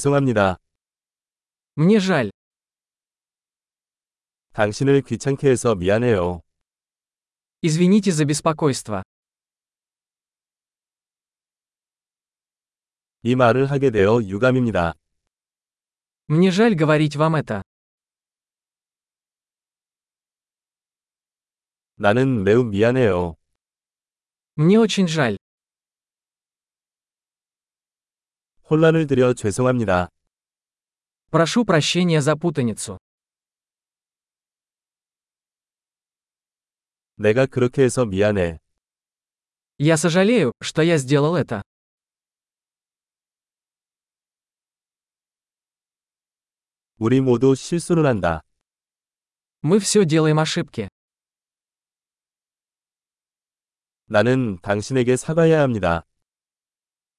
죄송합니다. Мне жаль. 당신을 귀찮게 해서 미안해요. Извините за беспокойство. 이 말을 하게 되어 유감입니다. Мне жаль говорить вам это. 나는 매우 미안해요. Мне очень жаль. 혼란을 드려 죄송합니다. Прошу прощения за путаницу. 내가 그렇게 해서 미안해. Я сожалею, что я сделал это. 우리 모두 실수를 한다. Мы все делаем ошибки. 나는 당신에게 사과해야 합니다.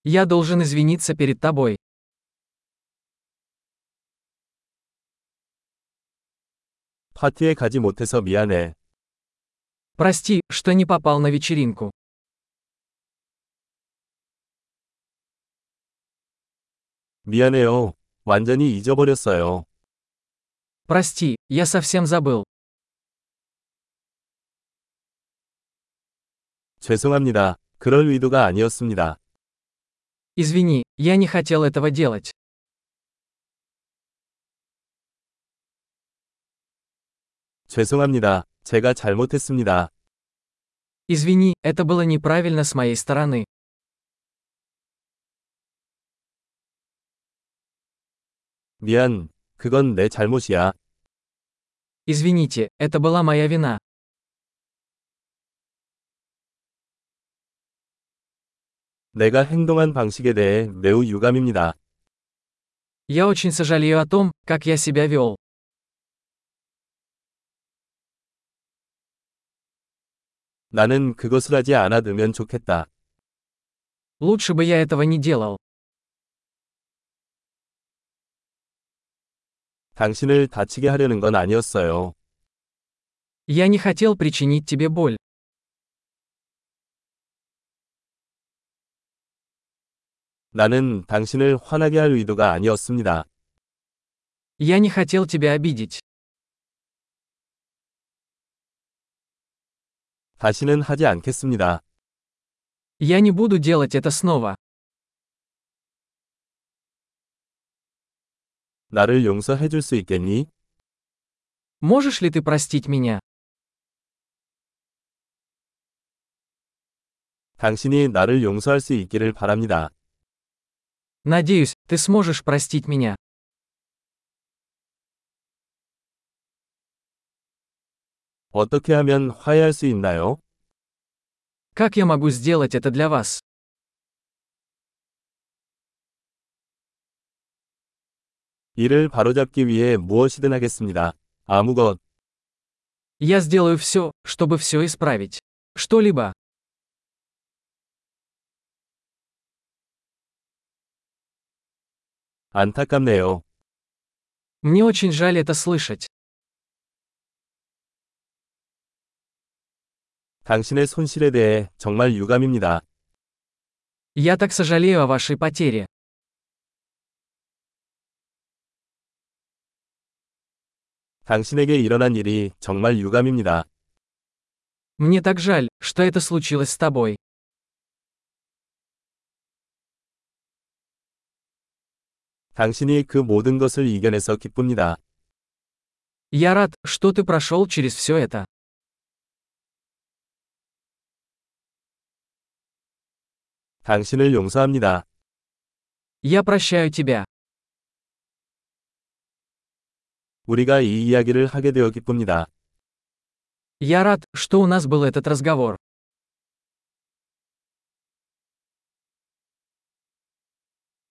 Я должен извиниться перед тобой. 파티에 가지 못해서 미안해. Прости, что не попал на вечеринку. 미안해요. 완전히 잊어버렸어요. Прости, я совсем забыл. 죄송합니다. 그럴 의도가 아니었습니다. Извини, я не хотел этого делать. 죄송합니다. 제가 잘못했습니다. Извини, это было неправильно с моей стороны. 미안. 그건 내 잘못이야. Извините, это была моя вина. 내가 행동한 방식에 대해 매우 유감입니다. Я очень сожалею о том, как я себя вел. 나는 그것을 하지 않아두면 좋겠다. Лучше бы я этого не делал. 당신을 다치게 하려는 건 아니었어요. Я не хотел причинить тебе боль. 나는 당신을 화나게 할 의도가 아니었습니다. Я не хотел тебя обидеть. 다시는 하지 않겠습니다. Я не буду делать это снова. 나를 용서해 줄 수 있겠니? Можешь ли ты простить меня? 당신이 나를 용서할 수 있기를 바랍니다. Надеюсь, ты сможешь простить меня. 어떻게 하면 화해할 수 있나요? Как я могу сделать это для вас? 이를 바로잡기 위해 무엇이든 하겠습니다. 아무것. Я сделаю все, чтобы все исправить. Что-либо. 안타깝네요. Мне очень жаль это слышать. 당신의 손실에 대해 정말 유감입니다. Я так сожалею о вашей потере. 당신에게 일어난 일이 정말 유감입니다. Мне так жаль, что это случилось с тобой. 당신이 그 모든 것을 이겨내서 기쁩니다. Я рад, что ты прошел через все это. 당신을 용서합니다. Я прощаю тебя. 우리가 이 이야기를 하게 되어 기쁩니다. Я рад, что у нас был этот разговор.